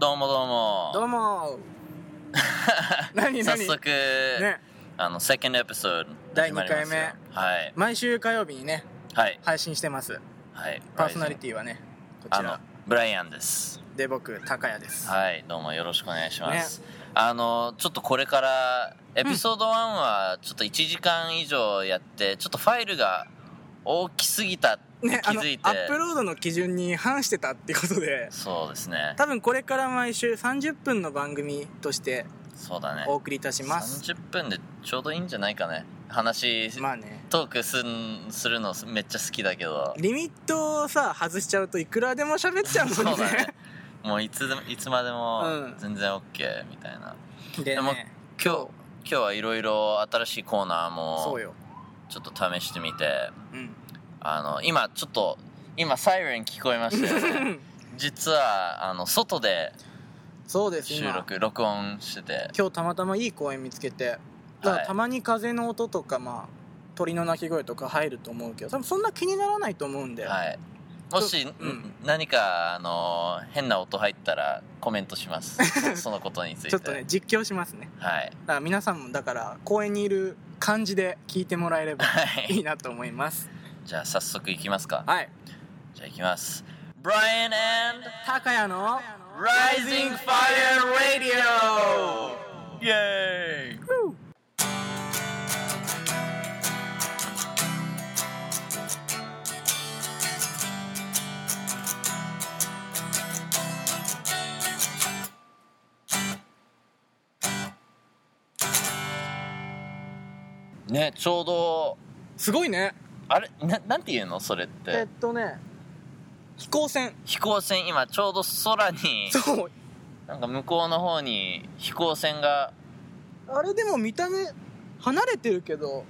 どうもどうも。ど うも何早何速、ねあの、セカンドエピソード。第二回目はい。毎週火曜日にねはい。配信してますはい。パーソナリティはねこあちのら、ブライアンです。で僕高谷ですはい。どうもよろしくお願いします。あの、ちょっとこれから、エピソード1は、ちょっと1時間以上やって、ちょっとファイルが大きすぎたってね気あのアづいて。ップロードの基準に反してたってこ とでそうですね。多分これから毎週30分の番組としてそうだね。お送りいたします30分でちょうどいいんじゃないかね。話、まあねトークすんするのめっちゃ好きだけど。リミットをさ外しちゃうといくらでも喋っちゃうそうもんだねね。もういつでもいつまでうもん全然 OK みたいな。ででもね今日今日はいろいろ新しいコーナーそもうよちょっと試してみて、 うんあの今ちょっと今サイレン聞こえました よね。実はあの外でそうです収今録録音してて、今日たまたまいい公園見つけてだからはいたまに風の音とかまあ鳥の鳴き声とか入ると思うけど多分そんな気にならないと思うんで、はい。もし、うん何かあの変な音入ったらコメントします。 そのことについて。ちょっとね実況しますねはい。だから皆さんもだから公園にいる感じで聞いてもらえればはいいいなと思いますじゃあ早速いきますか。はいじゃあいきます。Brian and 高谷の Rising Fire Radio! イェーイね、ちょうどすごいねあれななんていうのそれっえってとね飛行船飛行船今ちょうど空にそうなんか向こうの方に飛行船があれでも見た目離れてるけど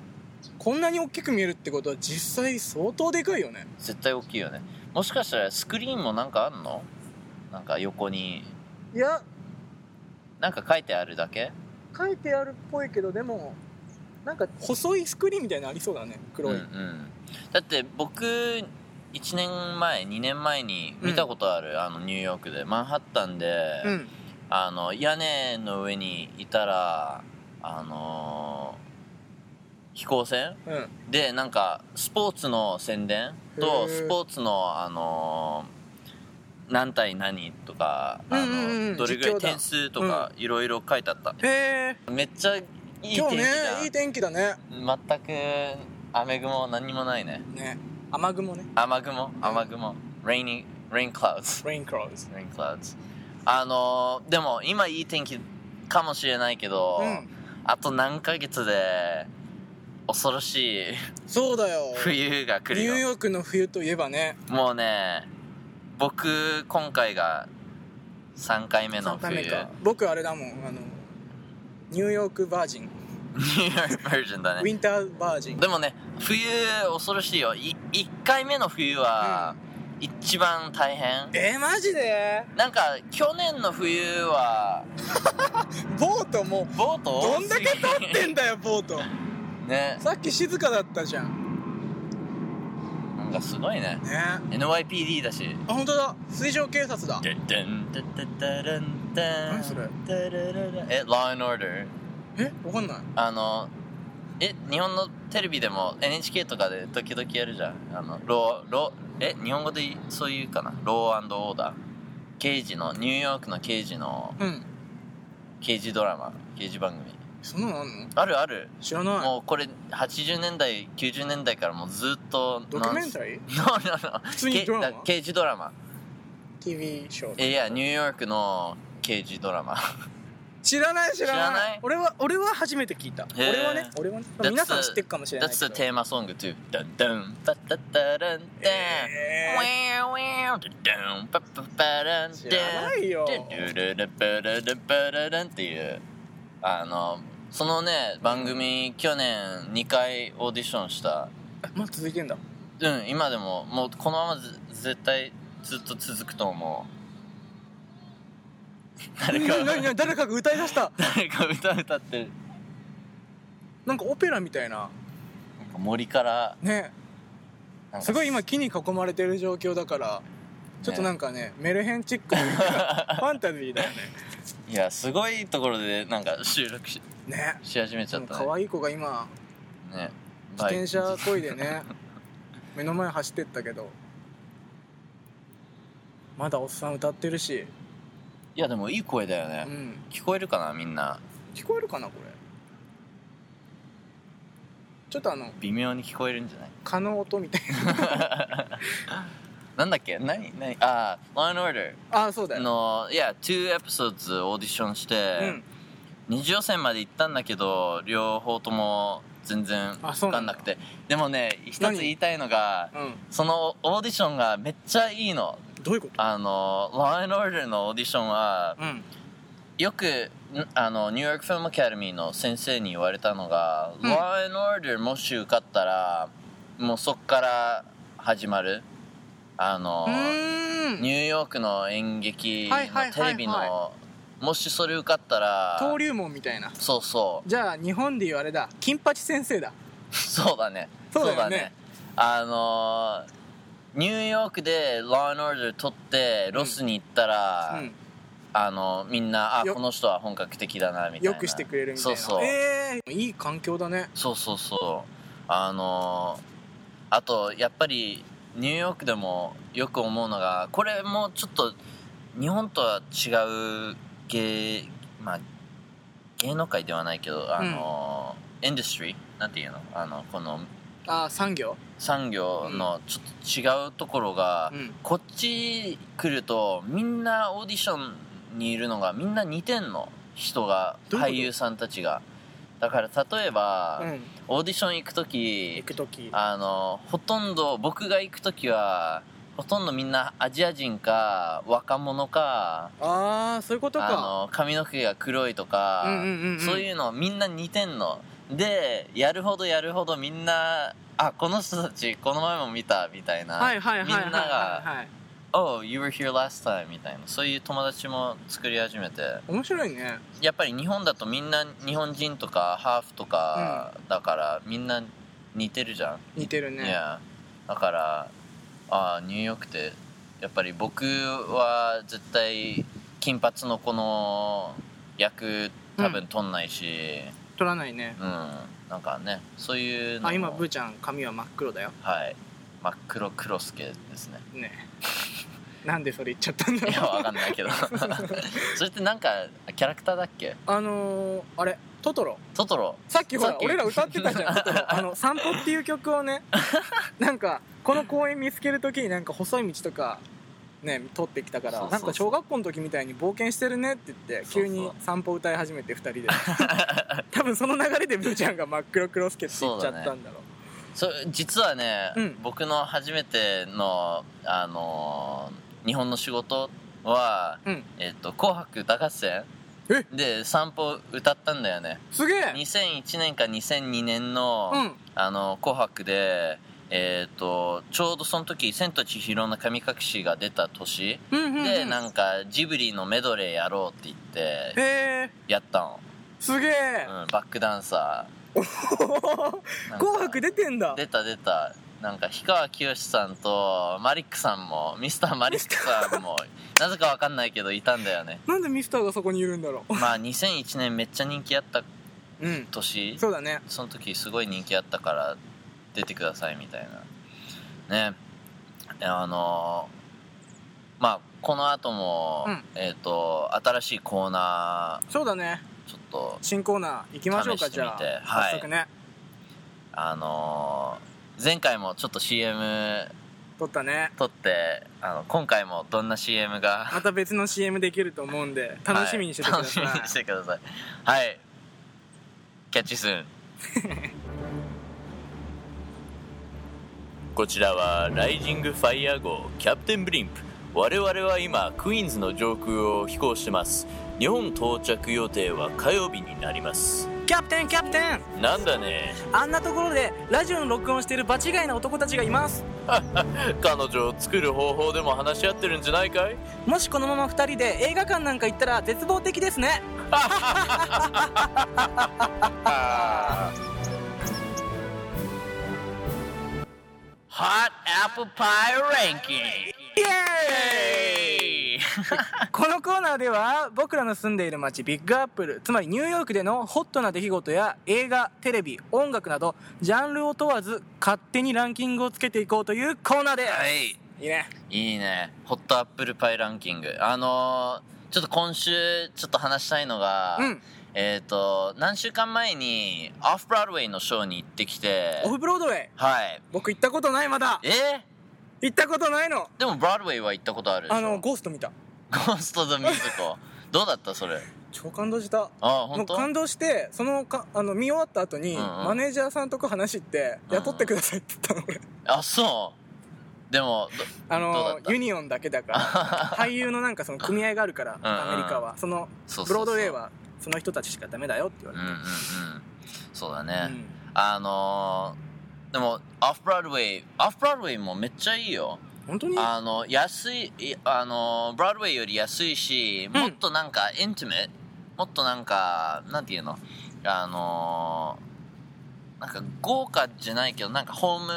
こんなに大きく見えるってことは実際相当でかいよね絶対大きいよねもしかしたらスクリーンもなんかあんのなんか横にいやなんか書いてあるだけ書いてあるっぽいけどでもなんか細いスクリーンみたいなのありそうだね黒い、うんうん、だって僕1年前2年前に見たことある、あのニューヨークでマンハッタンで、うんあの屋根の上にいたらあのー飛行船うんでなんかスポーツの宣伝へとースポーツのあのー何対何とかあの、うんうんうんどれぐら実い況だ点数とかいろいろ書いてあった、へえめっちゃいい天気今日ねだ、いい天気だね全く雨雲何もないねね雨雲ね雨雲雨雲 rainy rain clouds レインクラウズ rain clouds あのーでも今いい天気かもしれないけど、うんあと何ヶ月で恐ろしい そうだよ冬がニ来ュるよーヨークの冬といえばねもうね僕今回が3回目の3回冬ニ目ュか僕あれだもんあのニューヨークバージン ーヨークバージョンだウねィンターバージンでもね冬恐ろしいよい1回目の冬は一番大変えー、マジでなんか去年の冬はボートもボートう多どんだけ立ってんだよボートて ねさっき静かだったじゃんなんかすごいねねあ NYPD だし本当だ水上警察だででんででででんでん何それででででえ Law and Order えわかんないあのえ日本のテレビでも NHK とかで時々やるじゃんあのローローえ日本語でそういうかなローオーダー刑事のニューヨークの刑事のうん刑事ドラマ刑事番組そんなのあんのあるある知らないもうこれ80年代90年代からもうずっとドキュメンタリーノーノーノー普通にドラマけだ刑事ドラマ TV ショーえいやニューヨークの刑事ドラマ知らない知らない知らない俺は俺は初めて聞いた、へー俺はね俺はね That's 皆さん知ってるかもしれない That's け the ど theme song too ダンダンパッタッタランダンえー知らないよっていうあのそのね番組去年2回オーディションしたまだ続いてんだうん今でももうこのままず絶対ずっと続くと思う誰か何何何誰かが歌いだした誰か歌歌ってるなんかオペラみたいななんか森からねなんかすごい今木に囲まれてる状況だからちょっとなんかねメルヘンチッ クなファンタジーだよねいやすごいところでなんか収録しねし始めちそゃっのたね可愛い子が今ね自転バ車イこいでね 目の前走ってったけどまだおっさん歌ってるし、クいやでもいい声だようね、ん、聞こえるかなみんな聞こえるかなこれちょっとあの微妙に聞こえるんじゃない蚊の音みたいなんだっけ何何ああ Law and Order な あそうだよ、のいや2エピソードオーディションしうてん、二次予選まで行ったんだけど両方とも全然あそ分うかんなんだなくてでもね一つ言いたいのがうそのオーディションがめっちゃいいのん、どういうことあの Law and Order のオーディションはうんよくんあのニューヨークフィルムアカデミーの先生に言われたのが「うん Law and Order」もし受かったらもうそっから始まるあのうーんニューヨークの演劇はいはいはいはいのテレビのもしそれ受かったら登竜門みたいなそうそうじゃあ日本で言うあれだ金八先生だそう だねそうだよねあのニューヨークで「Law and Order」取ってロスに行ったら、うんあのみんなあよこの人は本格的だなみたいなよくしてくれるみたいなそうそう、ええいい環境だねそうそうそうあのあとやっぱりニューヨークでもよく思うのがこれもちょっと日本とは違う芸まあ芸能界ではないけどあの、インダストリーなんていうのあのこのああ産業産業のちょっと違うところが、うんこっち来るとみんなオーディションにいるのがみんな似てんの人がどういうこ俳と優さんたちがだから例えば、うんオーディション行く行時く時あのほとんど僕が行く時はほとんどみんなアジア人か若者かああそういうことあかの髪の毛が黒いとか、うんうんうんうんそういうのみんな似てんのでやるほどやるほどみんなあこの人たちこの前も見たみたいな、はいはいはいはいみんなはいがはい Oh, you were here last time みたいなそういう友達も作り始めて面白いねやっぱり日本だとみんな日本人とかハーフとかだからみんな似てるじゃん似てるいねやだからああニューヨークってやっぱり僕は絶対金髪のこの役多分取んないし取らないねうん、なんかねそういうのもあ今ブーちゃん髪は真っ黒だよはい真っ黒クロスケです ね ねなんでそれ言っちゃったんだいやろわうかんない けどそれってなんかキャラクターだっけあのー、あれトトロトトロさっきほさらっき俺ら歌ってたじゃんトトロ あの「散歩」っていう曲をねなんかこの公園見つける時になんか細い道とかね通ってきたからそうそうそうなんか小学校の時みたいに冒険してるねって言ってそうそう急に散歩歌い始めて2人 で多分その流れでブーちゃんが真っ黒クロスケって言っちゃったんだろうそ実はね、うん僕の初めてのあのー日本の仕事はうんえっと、紅白歌合戦えで散歩歌ったんだよねすげえ2001年か2002年の,、うんあの紅白でえっとちょうどその時「千と千尋の神隠し」が出た年うんうんうんでなんかジブリのメドレーやろうって言ってへえやったの、すげえうん、バックダンサーなんか 紅白出てんだ出た出たなんか氷川きよしさんとマリックさんもミスターマリックさん もなぜかわかんないけどいたんだよねなんでミスターがそこにいるんだろまあ2001年めっちゃ人気あったううん年そうだねその時すごい人気あったから出てくださいみたいなねえあのーまあこの後も、うんえっ、と新しいコーナそうだねーちょっと新コーナー行きましょうか試してじみゃてあはい早速ねあのー前回もちょっと CM 撮ったね撮ってあの今回もどんな CM がまた別の CM できると思うんで楽しみにしててください、はい、楽しみにしてくださいはいキャッチスー ンこちらはライジングファイヤー号キャプテンブリンプ我々は今クイーンズの上空を飛行してます日本到着予定は火曜日になりますキャプテンキャプテンなんだ ねあんなところでラジオの録音してる場違いな男たちがいます彼女を作る方法でも話し合ってるんじゃないかいもしこのまま2人で映画館なんか行ったら絶望的ですねあー Hot Apple Pie Ranking イエーイえいこのコーナーでは僕らの住んでいる街ビッグアップルつまりニューヨークでのホットな出来事や映画テレビ音楽などジャンルを問わず勝手にランキングをつけていこうというコーナーで す、、はいいいねいいね。ホットアップルパイランキング。あのーちょっと今週、ちょっと話したいのが、うんえっ、と、何週間前に、オフブロードウェイのショーに行ってきて、オフブロードウェイはい。僕行ったことないまだえ行ったことないのーでも、ブロードウェイは行ったことあるでしょあのゴースト見たゴースト・ザ・ミュージ コ。どうだったそれ。超感動したあ、も本う当？感動してそのかあの見終わった後に、うんうんマネージャーさんとこ話ってうん雇ってくださいって言ったの俺あ、そう。でも、 どあどうだのったユニオンだけだから俳優のなんかその組合があるからんうんアメリカはそのそうそうそうブロードウェイはその人たちしかダメだよって言うんわうんうん。そうだねれ。て、うんあのーでも、オフブロードウェイ、オフブロードウェイもめっちゃいいよ。本当にあの、安い、いあの、ブロードウェイより安いし、うんもっとなんか、インティメもっとなんか、なんていうのあのー、なんか豪華じゃないけど、なんかホーム、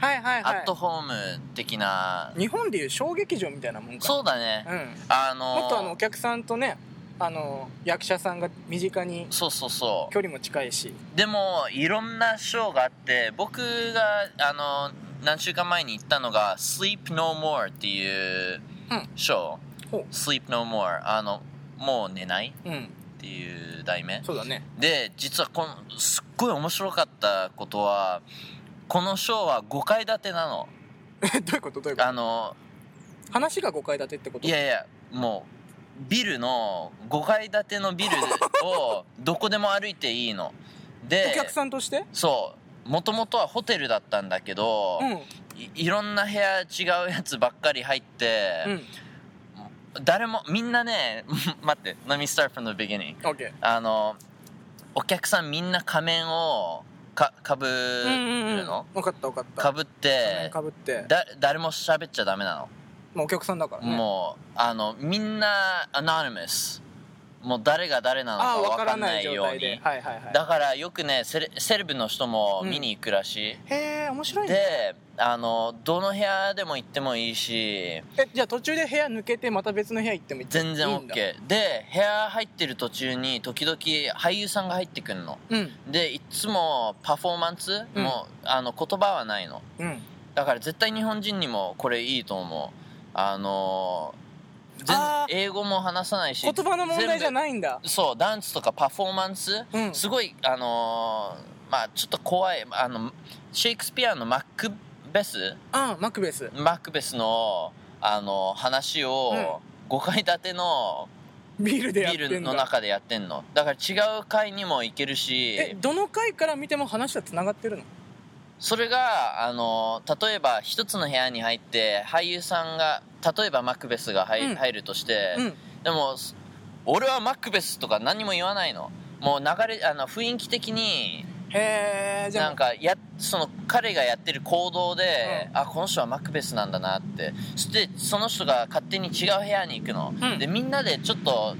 はいはいアはッいトホーム的な、日本でいう小劇場みたいなもんかそうだね。うん、あのー、もっとあのお客さんとねあの役者さんが身近にそうそうそう。距離も近いしでもいろんなショーがあって僕があの何週間前に行ったのが「Sleep No More」っていううんショーほう「Sleep No More」あのもう寝ないうんっていう題名そうだね で実はこのすっごい面白かったことはこのショーは5階建てなのえどういうことどういうこあのと話が5階建てってこといやいやもうビルの5階建てのビルを どこでも歩いていいのでお客さんとしてそうもともとはホテルだったんだけど、うんいいろんな部屋違うやつばっかり入って、うん誰もみんなね 待って Let me start from the beginning オッケーあのお客さんみんな仮面をかかぶるの、分かった分かったかぶってかぶって、だ誰も喋っちゃダメなまあ、お客さんだからの、ねもうあのみんなアナ n ムスもう誰が誰なのああか分分かからんなないい状よう態にではいはいはいだからよくねセレセレブの人も見に行くらしい、へえ面白いねであのどの部屋でも行ってもいいしえじゃあ途中で部屋抜けてまた別の部屋行ってもいい全然いいんだ OK で部屋入ってる途中に時々俳優さんが入ってくんのうんでいつもパフォーマンスうんも、あの言葉はないのうんだから絶対日本人にもこれいいと思うあの全あー英語も話さないし言葉の問題じゃないんだ全部そうダンスとかパフォーマンス、うんすごいあのーまあちょっと怖いあのシェイクスピアのマックベスああマクベスマクベスのあの話を5階建てのビールでビやってんだルの中でやってんのだから違う階にも行けるえしどの階から見ても話はつながってるのそれがあの例えば一つの部屋に入って俳優さんが例えばマクベスが入,、うん入るとして、うんでもす俺はマクベスとか何も言わないのもう流れあの雰囲気的にへえじゃあなんかやその彼がやってる行動で、あこの人はマクベスなんだなってそしてその人が勝手に違う部屋に行くの、うんでみんなでちょっとあ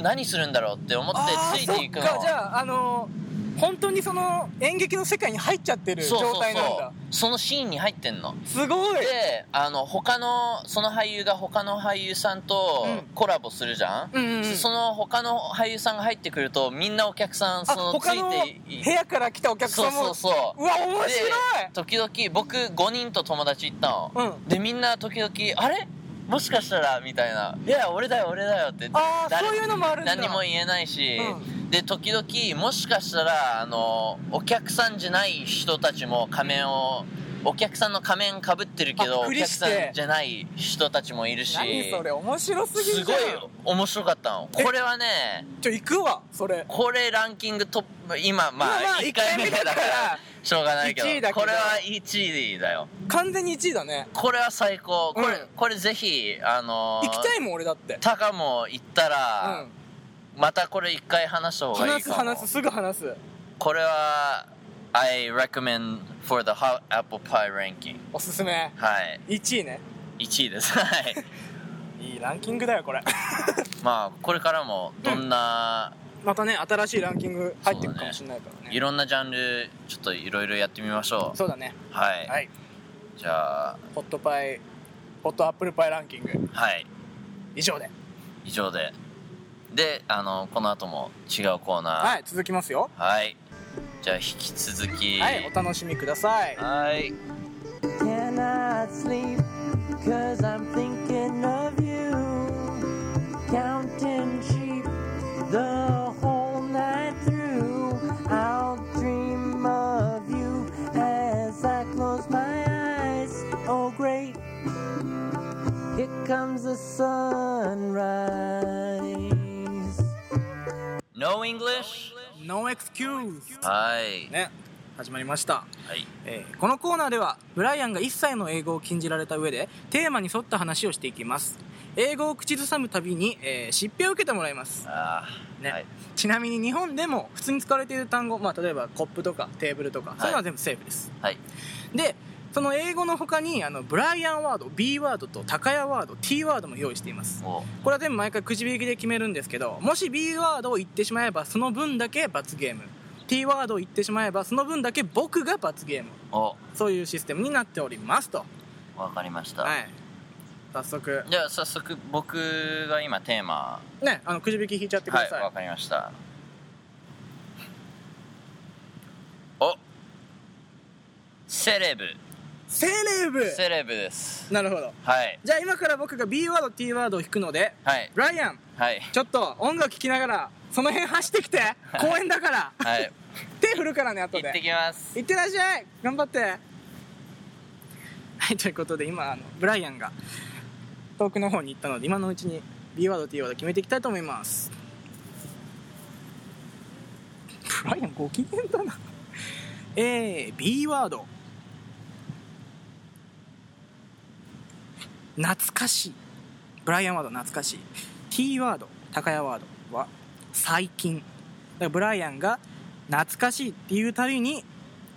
何するんだろうって思ってあーついていくのそっかじゃああのー本当にその演劇の世界に入っちゃってるそうそう状態なんそだうそのシーンに入ってんのすごいであの他のその俳優が他の俳優さんとうんコラボするじゃん、うんうんうんその他の俳優さんが入ってくるとみんなお客さんあそのつ他のいてい部屋から来たお客そさうんもそうそううわ面白いで時々僕5人と友達行ったの、うんでみんな時々「あれもしかしたら」みたいな「いや俺だよ俺だよ」ってああ誰そういうのもあるんだ何も言えないし、うで時々もしかしたらあのお客さんじゃない人たちも仮面をお客さんの仮面かぶってるけどおあふ客りさしてんじゃない人たちもいるし何それ面白すぎするじごゃいん面白かったのえこれはねちょ行くわそれこれランキングトップ今まあまあまあ1回目だから一回目だからしょうがないけど一位だけどこれは1位だよ完全に1位だねこれは最高これ,、うんこれぜひあのー行きたいもん俺だってタカも行ったうらん、またこれ一回話した方がいい話すかも話すすぐ話すこれは I recommend for the hot apple pie ranking おすすめはい1位ね1位です はいいいランキングだよこれ まあこれからもどんな、またね新しいランキング入ってくるかもしれないからいねろんなジャンルちょっといろいろやってみましょうそうだねはい、はいじゃあホットパイホットアップルパイランキングはい以上で以上でであのこの後も違うコーナーはい続きますよはい、じゃあ引き続きはいお楽しみくださいはい cannot sleep cause I'm thinking of you counting sheep the whole night through I'll dream of you as I close my eyes oh great here comes the sunrise No English? No excuse はい、ね始まりましたはいえーこのコーナーではブライアンが一切の英語を禁じられた上でテーマに沿った話をしていきます英語を口ずさむたびに、えー疾病を受けてもらいます、あーねはいちなみに日本でも普通に使われている単語、まあ、例えばコップとかテーブルとか、そういうのは全部セーフですはいでその英語の他にあのブライアンワード B ワードと高屋ワード T ワードも用意していますおこれは全部毎回くじ引きで決めるんですけどもし B ワードを言ってしまえばその分だけ罰ゲーム T ワードを言ってしまえばその分だけ僕が罰ゲームおそういうシステムになっておりますと、わかりました、はい、早速じゃあ早速僕が今テーマねあのくじ引き引いちゃってくはだいさい、わかりましたおセレブセレブセレブですなるほどはいじゃあ今から僕が B ワード T ワードを引くのではいブライアンはいちょっと音楽聴きながらその辺走ってきて公園だから、 はい手振るからね後行でってきますいってらっしゃい頑張ってはいということで今あのブライアンが遠くの方に行ったので今のうちに B ワード T ワード決めていきたいと思いますブライアンご機嫌だなえー、B ワード懐かしいブライアンワード懐かしい T ワード高谷ワードは最近だからブライアンが懐かしいっていうたびに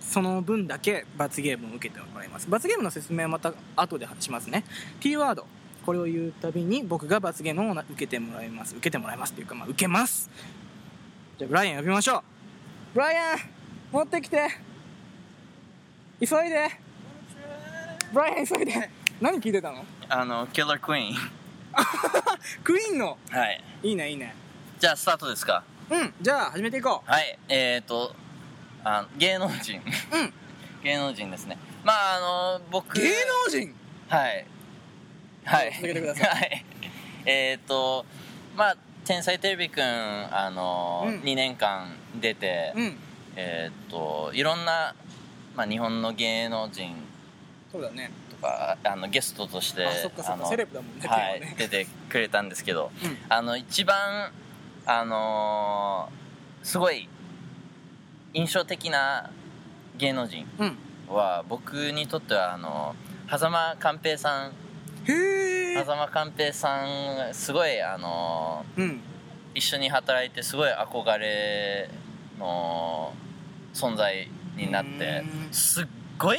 その分だけ罰ゲームを受けてもらいます罰ゲームの説明はまた後でしますね T ワードこれを言うたびに僕が罰ゲームをな受けてもらいます受けてもらいますっていうかまあ受けますじゃあブライアン呼びましょうブライアン持ってきて急いでブライアン急いで何聞いてたのあのキラークイーン クイーンのはいいいねいいねじゃあスタートですかうんじゃあ始めていこはいえーとあ芸能人ううん 芸能人ですねまああの僕芸能人はいはい続けてくださいはいえーとまあ天才テレビくんあの、うん2年間出て、うんえーといろんな、まあ、日本の芸能人そうだねとかあのゲストとしてあそっかそあっかのセレブだもんねはい今ね出てくれたんですけど、うんあの一番あのーすごい印象的な芸能人うんは僕にとってはあの狭間寛平さんへえ狭間寛平さんすごいあのうんー一緒に働いてすごい憧れの存在になっうてんすっごい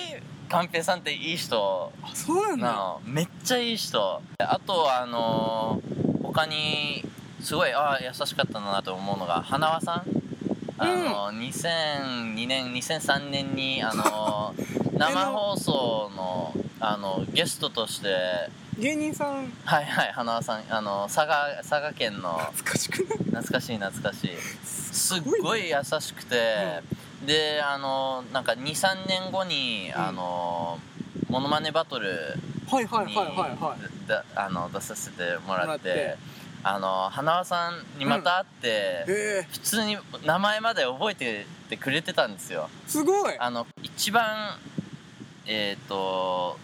寛平さんっていい人あそうなんだ なあめっちゃいい人あとはあのー他にすごいああ優しかったなと思うのが花輪さんあの、2002年2003年にあ のー生放送のあのゲストとして芸人さんはいはい花輪さんあの佐賀佐賀県の懐かしくない懐かしい懐かしいすっごごいい優しくて、であのなんか23年後に、うんあのモノマネバトルはいはいはいにはいはいだあの出させてももららっっててあの花輪さんにまた会って、へえ普通に名前まで覚えててくれてたんですよすごいあの一番えっ、と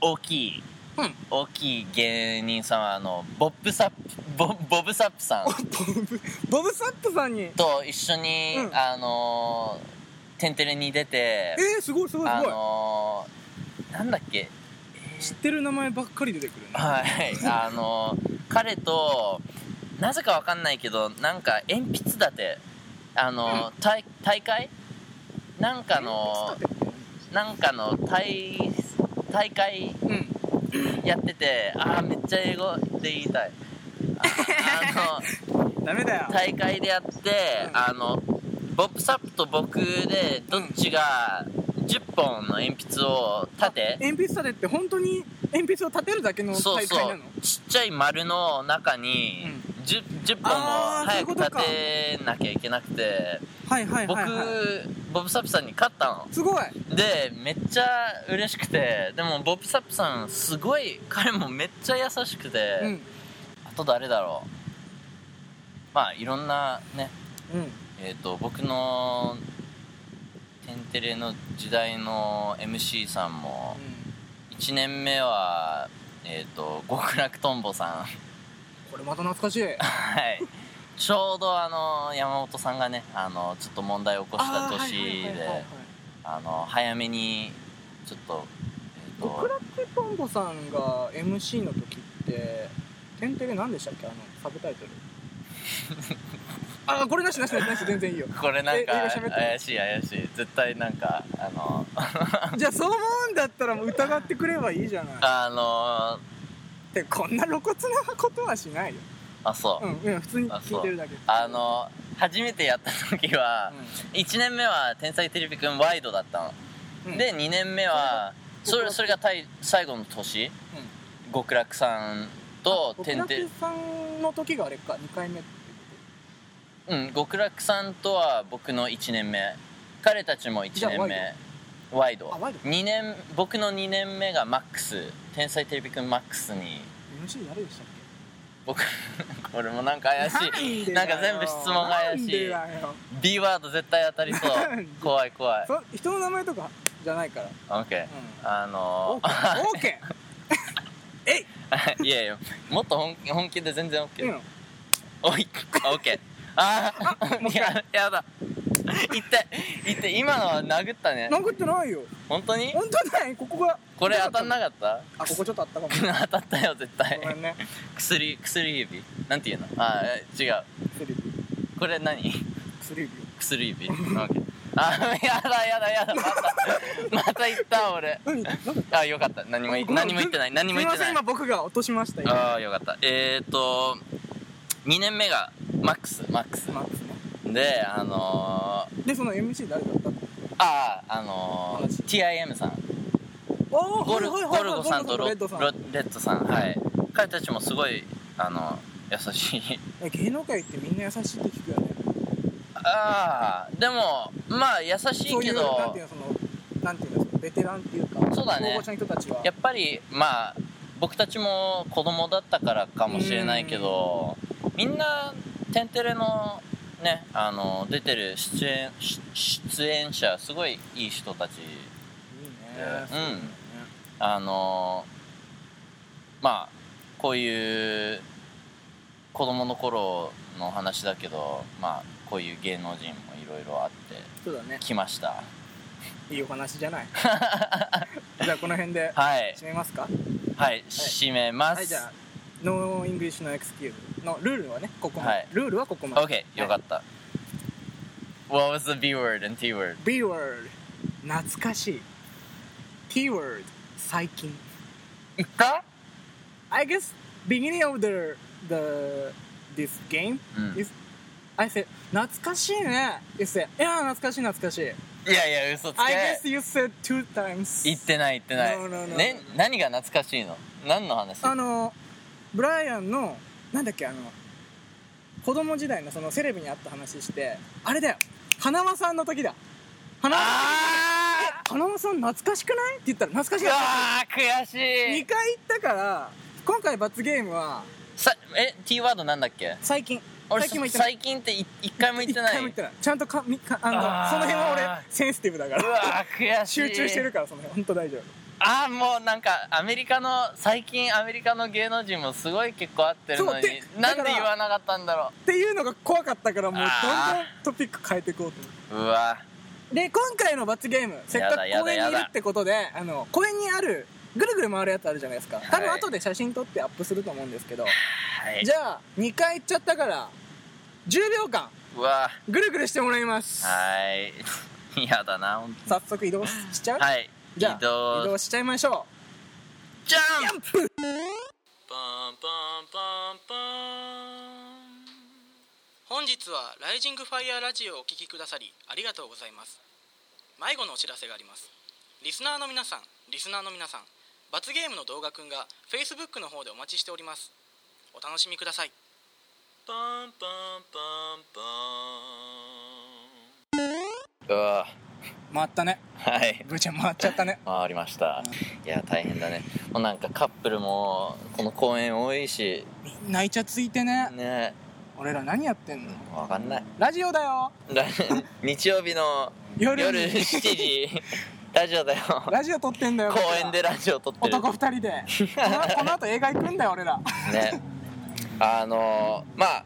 大きい、うん大きい芸人さんはあのボップサップボボブサップさんボブボブ・サップさんにえと一緒に、うんあのテンテレに出てー、すごいすごいあすごいのなんだっけ知ってる名前ばっかり出てくるね はい、あの彼となぜかわかんないけどなんか鉛筆立てあの、大大会なんかのなんかの大大会うんやっててああめっちゃ英語で言いたいあダメだよ あの大会でやってあのボブサップと僕でどっちが10本の鉛筆を立て鉛筆立てって本当に鉛筆を立てるだけのそう大そ会なうのちっちゃい丸の中に 10, 10本もあーそうい早うこくとか立てなきゃいけなくてはいはい僕はい、はボブ・サップさんに勝ったのい、すごいでめっちゃ嬉しくてでもボブ・サップさんすごい彼もめっちゃ優しくて、うんあと誰だろうまあいろんなねうんえっ、と僕のテンテレの時代の MC さんも1年目はえっ、と極楽とんぼさん これまた懐かしいはいちょうどあの山本さんがねあのちょっと問題を起こしたあーはい年はいはいはいはいであの早めにちょっとえっ、極と楽とんぼさんが MC の時って「天てれ」何でしたっけあのサブタ イトルあこれなしなしなしなし全然 いいよこれなんかえ今喋ってる怪しい怪しい絶対なんかあの じゃあそう思うんだったらもう疑ってくればいいじゃないあのってこんな露骨なことはしないよあそう、うんうん普通に聞いてるだけあの初めてやった時は、1年目は「天才テレビくんワイド」だったの、うん、うんで、2年目はそそれれがそれがたい最後の年うん極楽さんとあ天極て楽さんの時があれか2回目ってうん極楽さんとは僕の1年目彼たちもじ1ゃあ年目ワイドあワイド二年僕の2年目がマックス天才テレビくんマックスに MC 誰でしたっけ僕 これもなんか怪しなんいでなだんよか全部質問が怪しなんでいだよ B ワード絶対当たりそうなんで怖い怖いそ人の名前とかじゃないから OK あオのーケーーオ ーケーえいいやいやもっと本気本気で全然 OK うんおい、オッケー。あーもう一回ややだ。いって、いって、今のは殴ったね。殴ってないよ本当に本当だよここがこれ当たんなかっかったたあここちょっとあったかも当たったよ、絶ごめ対。んね薬、薬指。なんていうのあー、違う。薬指これ何薬指薬指。オッケー。あー、やだ、やだ、やだ。また、また言った、俺。何何だっあー、よかった。何も言、た何も言ってない。何も言ってすいませなんい今。僕が落としました今あー、よかった。えーと、2年目が、マックス、マックス。マックスねで、あのー、でその MC 誰だったってあああのー、TIM さんおーゴルはいゴはいはいルゴさんとロレゴルッドゴとさレんッドさんレッドさんはい彼たちもすごいあの優しいえ芸能界ってみんな優しいって聞くよねああでもまあ優しいそういけうどなんていうのそのなんていうのそのベテランっていうかそうだね候補者の人たちはやっぱりまあ僕たちも子供だったからかもしれないけどみんな「天てれ」のねあの出てる出演し出演者すごいいい人たちいいねうんあのまあこういう子供の頃の話だけどまあこういう芸能人もいろいろあってそうだね来ました いいお話じゃないじゃあこの辺ではい締めますかはい締めます、はいじゃあノーイングリッシュのエクスキューブのルールはねここまで、はいルールはここまで OK よかった、What was the B word and T word? B word 懐かしい T word 最近いった I guess beginning of the the this game うん is I said 懐かしいね You said いや懐かしい懐かしいいやいや嘘つ I け guess you said two times 言ってない言ってない、 No, no, no, ね no, no. 何が懐かしいの何の話あのブライアンのなんだっけあの子供時代のそのセレブに会った話してあれだよ花輪さんの時だ花輪あ花輪さん懐かしくないって言ったら懐かしーいうわー悔し2い回行ったから今回罰ゲームはさえ T ワードなんだっけ最近俺最近も言ってない最近ってい一回も言って一な回いも行ってないちゃんとかみかあのあーその辺は俺センシティブだかうらわー悔しい集中してるからその辺本当大丈夫ああもうなんかアメリカの最近アメリカの芸能人もすごい結構合ってるのそうにでなんだでから言わなかったんだろっていうのが怖かったからもうどんどあんトピック変えていこうと思ってううわで今回の罰ゲームせっかくや公だやだ園にやいだるってことであの公園にあるぐるぐる回るやつあるじゃないですか多分はい後で写真撮ってアップすると思うんですけど、はいじゃあ2回行っちゃったから10秒間うわぐるぐるしてもらいますはーい 嫌だなほんと早速移動しちゃう、はいじゃあ移動移動しちゃいましょジうャジンャプンプパンパンパンパン本日は「ライジングファイヤーラジオ」をお聴きくださりありがとうございます迷子のお知らせがありますリスナーの皆さんリスナーの皆さん罰ゲームの動画くんが Facebook の方でお待ちしておりますお楽しみくださいパンパンパンパンうわ回ったねはいブーちゃん回っちゃったね回りましたいや大変だねもうなんかカップルもこの公園多いしみんなイチャついてねね俺ら何やってんのわかんない ラジオだよ来日曜日の夜夜に7時ラジオだよラジオ撮ってんだよ公園でラジオ撮ってる男二人でこのこの後映画行くんだよ俺らねあのまあ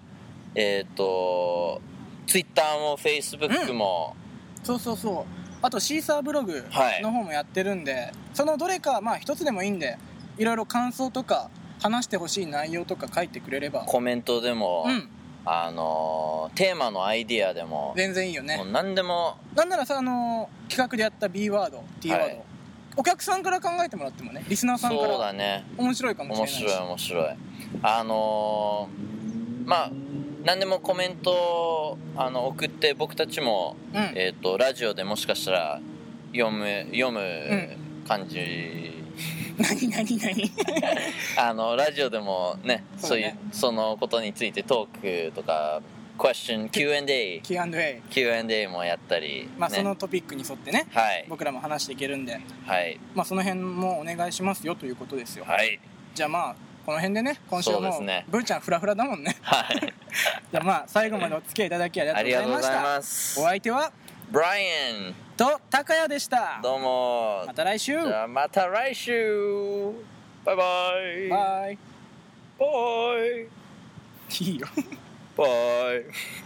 えっ、とツイッターもフェイスブックも、そうそうそうあとシーサーブログはいの方もやってるんで、そのどれかまあ一つでもいいんでいろいろ感想とか話してほしい内容とか書いてくれればコメントでも、うんあのテーマのアイディアでも,、全然いいよもうね何でもなんならさあのー企画でやった B ワード T ワード、はいお客さんから考えてもらってもねリスナーさんかそうだらね面白いかもしれ面ないし白い面白いあのーまあ何でもコメントをあの送って僕たちも、うんえー、とラジオでもしかしたら読む読む感じ、何何何 あのラジオでもねそそううだいねうそのことについてトークとかクエスチョン Q&A Q&A Q&A もやったり、まあねそのトピックに沿ってねはい僕らも話していけるんではいまあその辺もお願いしますよということですよはいじゃあまあこの辺でね今週はそうでもすうねブーちゃんフラフラだもんねはいじゃあまあ最後までお付き合いいただきありがあとうりがござといございうましたますお相手はブライアンと高谷でしたどうもまた来週じゃあまた来週バイバイバイバイいいよバイ